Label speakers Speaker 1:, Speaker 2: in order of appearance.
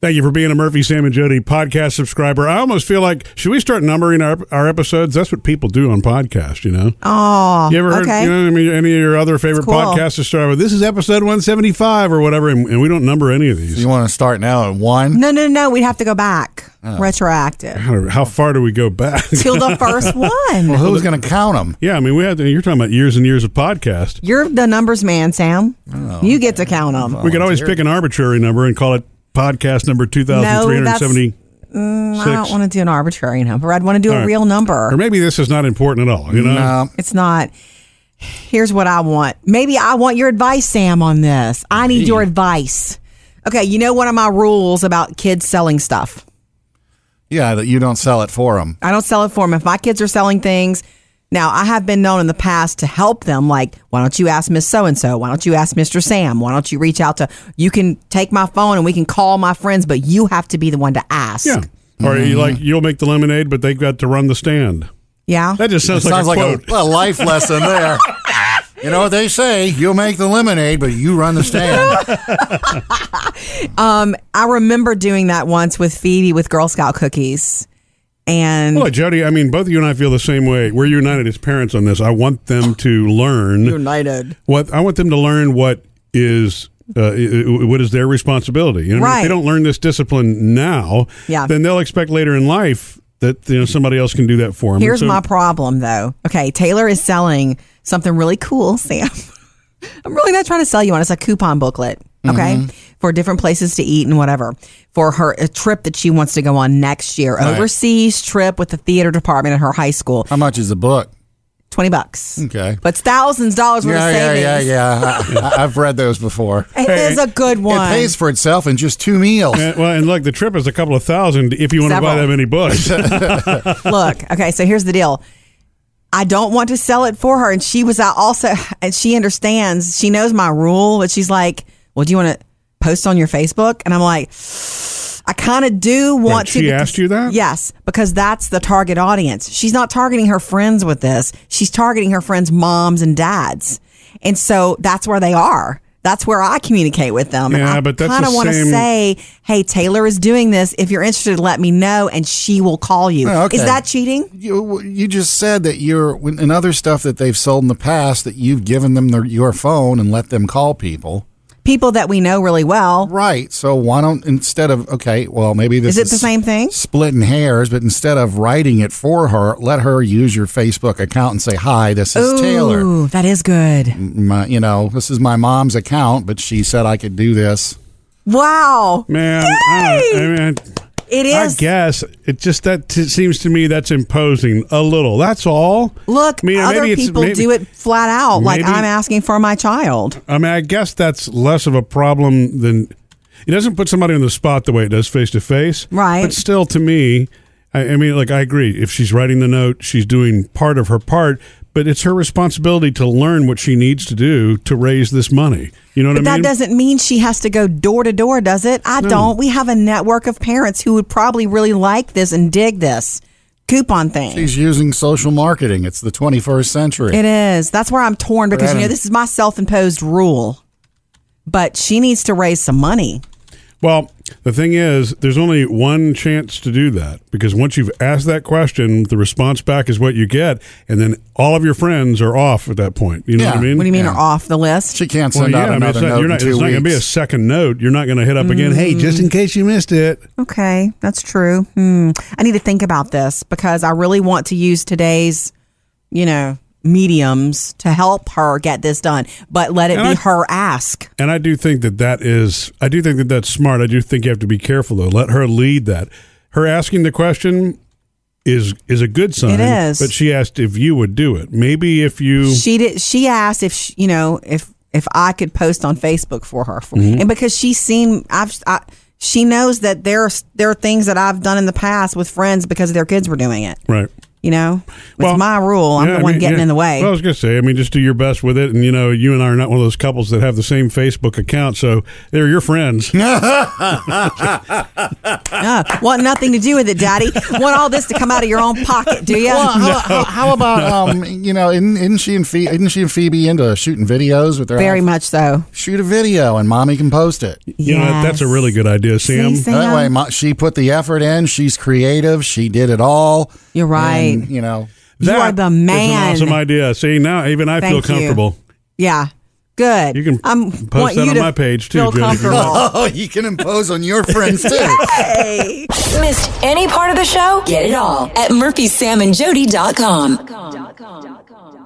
Speaker 1: Thank you for being a Murphy, Sam, and Jody podcast subscriber. I almost feel like, should we start numbering our, our episodes? That's what people do on podcasts, you know?
Speaker 2: Oh,
Speaker 1: You ever heard,
Speaker 2: okay.
Speaker 1: you know, what I mean, any of your other favorite
Speaker 2: cool.
Speaker 1: podcasts to start with? This is episode 175 or whatever, and, and we don't number any of these.
Speaker 3: You want to start now at one?
Speaker 2: no, no, no. We'd have to go back
Speaker 1: Oh.
Speaker 2: retroactive
Speaker 1: How, how far do we go back?
Speaker 2: till the first
Speaker 3: Well,
Speaker 2: one.
Speaker 3: who's going to count them?
Speaker 1: yeah, I mean, we had to, you're talking about years and years of podcast.
Speaker 2: You're the numbers man, Sam.
Speaker 1: Oh,
Speaker 2: you get to count them.
Speaker 1: We could always pick an arbitrary number and call it podcast number
Speaker 2: No, that's-
Speaker 1: 2370.
Speaker 2: mm, I don't want to do an arbitrary number. I'd want to do a
Speaker 1: right.
Speaker 2: real number.
Speaker 1: or maybe this is not important at all, you know?
Speaker 3: No,
Speaker 2: It's not. Here's what I want. Maybe I want your advice, Sam, on this. I need your advice. Okay, you know one of my rules about kids selling stuff.
Speaker 3: yeah, that you don't sell it for them.
Speaker 2: I don't sell it for them. If my kids are selling things, now I have been known in the past to help them. Like, why don't you ask Miss So and So? Why don't you ask Mister Sam? Why don't you reach out to? You can take my phone and we can call my friends, but you have to be the one to ask.
Speaker 1: Yeah. Or you like you'll make the lemonade, but they've got to run the stand.
Speaker 2: Yeah?
Speaker 1: That just sounds,
Speaker 3: Sounds
Speaker 1: like
Speaker 3: like
Speaker 1: a
Speaker 3: a,
Speaker 1: quote.
Speaker 3: a life lesson there. You know what they say? You'll make the lemonade, but you run the stand.
Speaker 2: I remember doing that once with Phoebe with Girl Scout cookies, and
Speaker 1: Well, Jody, I mean, both of you and I feel the same way. We're united as parents on this. I want them to learn
Speaker 2: united.
Speaker 1: what I want them to learn what is. Uh, i- i- what is their responsibility? You know, If
Speaker 2: Right.
Speaker 1: they don't learn this discipline now,
Speaker 2: Yeah.
Speaker 1: then they'll expect later in life that you know somebody else can do that for them.
Speaker 2: Here's my problem, though. Okay, Taylor is selling something really cool, Sam. I'm really not trying to sell you on. it. It's a coupon booklet, okay,
Speaker 3: Mm-hmm.
Speaker 2: for different places to eat and whatever for her a trip that she wants to go on next year, overseas trip with the theater department at her high school.
Speaker 3: How much is a book?
Speaker 2: Twenty bucks,
Speaker 3: Okay.
Speaker 2: but it's thousands of dollars worth
Speaker 3: Yeah,
Speaker 2: of
Speaker 3: yeah,
Speaker 2: savings.
Speaker 3: yeah, yeah. I, I- I've read those before.
Speaker 2: It is a good one.
Speaker 3: It pays for itself in just two meals.
Speaker 1: and, eh, well, and look, the trip is a couple of thousand if you want to buy
Speaker 2: Several.
Speaker 1: that many books.
Speaker 2: Look, okay, so here's the deal. I don't want to sell it for her. And she was out also, and she understands, she knows my rule, but she's like, well, do you want to post on your Facebook? And I'm like, I kind of do want
Speaker 1: Wait,
Speaker 2: to.
Speaker 1: she asked you that?
Speaker 2: Yes, because that's the target audience. She's not targeting her friends with this. She's targeting her friends' moms and dads. And so that's where they are. That's where I communicate with them. and
Speaker 1: Yeah,
Speaker 2: I
Speaker 1: but that's the
Speaker 2: kinda wanna
Speaker 1: same-
Speaker 2: say, hey, Taylor is doing this. If you're interested, let me know, and she will call you.
Speaker 3: Oh, okay.
Speaker 2: Is that cheating?
Speaker 3: You, you just said that you're in other stuff that they've sold in the past that you've given them their, your phone and let them call people.
Speaker 2: people that we know really well.
Speaker 3: Right. So why don't instead of okay, well maybe this
Speaker 2: Is it the same thing?
Speaker 3: Splitting hairs, but instead of writing it for her, let her use your Facebook account and say, "Hi, this is Taylor.
Speaker 2: Ooh, that is good.
Speaker 3: My, you know, this is my mom's account, but she said I could do this."
Speaker 2: Wow.
Speaker 1: Man, I, don't- I mean,
Speaker 2: It is.
Speaker 1: I guess it just that t- seems to me that's imposing a little. That's all.
Speaker 2: Look,
Speaker 1: I mean,
Speaker 2: other
Speaker 1: maybe it's-
Speaker 2: people
Speaker 1: maybe-
Speaker 2: do it flat out. like
Speaker 1: maybe-
Speaker 2: I'm asking for my child.
Speaker 1: I mean, I guess that's less of a problem than it doesn't put somebody on the spot the way it does face to face.
Speaker 2: Right.
Speaker 1: But still, to me, I, I mean, like I agree. If she's writing the note, she's doing part of her part, but it's her responsibility to learn what she needs to do to raise this money. You know what
Speaker 2: But
Speaker 1: I
Speaker 2: that
Speaker 1: mean?
Speaker 2: doesn't mean she has to go door to door, does it? I don't. We have a network of parents who would probably really like this and dig this coupon thing.
Speaker 3: She's using social marketing. It's the 21st century.
Speaker 2: It is. That's where I'm torn because you know
Speaker 3: Adam-
Speaker 2: this is my self-imposed rule. But she needs to raise some money.
Speaker 1: Well, the thing is, there's only one chance to do that because once you've asked that question, the response back is what you get, and then all of your friends are off at that point. You know what I
Speaker 3: Yeah.
Speaker 1: mean?
Speaker 2: What do you mean
Speaker 3: Yeah.
Speaker 2: are off the list?
Speaker 3: she can't
Speaker 1: Well,
Speaker 3: send
Speaker 1: yeah,
Speaker 3: out
Speaker 1: I mean,
Speaker 3: another
Speaker 1: it's not,
Speaker 3: note
Speaker 1: you're not,
Speaker 3: in two
Speaker 1: it's not
Speaker 3: weeks. Mm.
Speaker 1: going to be a second note. You're not going to hit up again. Hey, just in case you missed it.
Speaker 2: Okay, that's true. Hmm. I need to think about this because I really want to use today's, you know, mediums to help her get this done, but let it
Speaker 1: And
Speaker 2: be
Speaker 1: I-
Speaker 2: her ask.
Speaker 1: And I do think that that is, I do think that that's smart. I do think you have to be careful though. Let her lead that. Her asking the question is is a good sign.
Speaker 2: It is.
Speaker 1: But she asked if you would do it. Maybe if you,
Speaker 2: She did. She asked if she, you know if if I could post on Facebook for her, for,
Speaker 1: Mm-hmm.
Speaker 2: and because she's seen, I've I, she knows that there are there are things that I've done in the past with friends because their kids were doing it.
Speaker 1: right.
Speaker 2: You know, it's my rule. I'm
Speaker 1: Yeah,
Speaker 2: the
Speaker 1: I
Speaker 2: one
Speaker 1: mean,
Speaker 2: getting
Speaker 1: yeah.
Speaker 2: in the way.
Speaker 1: Well, I was going to say, I mean, just do your best with it. And, you know, you and I are not one of those couples that have the same Facebook account. So they're your friends.
Speaker 2: Uh, want nothing to do with it, Daddy. want all this to come out of your own pocket, do you?
Speaker 3: Well, how,
Speaker 1: uh,
Speaker 3: how, how about um, you know, isn't, isn't she and Phoebe, isn't she and Phoebe into shooting videos with their
Speaker 2: Very
Speaker 3: iPhone?
Speaker 2: much so.
Speaker 3: shoot a video and mommy can post it.
Speaker 1: You know, that- that's a really good idea, Sam.
Speaker 2: See, Sam?
Speaker 3: That way, mo- she put the effort in. She's creative. She did it all.
Speaker 2: You're right.
Speaker 3: And, you know,
Speaker 2: You are
Speaker 1: That
Speaker 2: the
Speaker 1: is
Speaker 2: man.
Speaker 1: an awesome idea. See, now even I
Speaker 2: Thank
Speaker 1: feel comfortable.
Speaker 2: Yeah. Good.
Speaker 1: You can post that on my page, too,
Speaker 2: Feel
Speaker 1: Jen, if you want.
Speaker 2: comfortable.
Speaker 3: oh, you can impose on your friends too.
Speaker 2: Hey.
Speaker 4: Missed any part of the show? Get it all at murphysamandjody.com.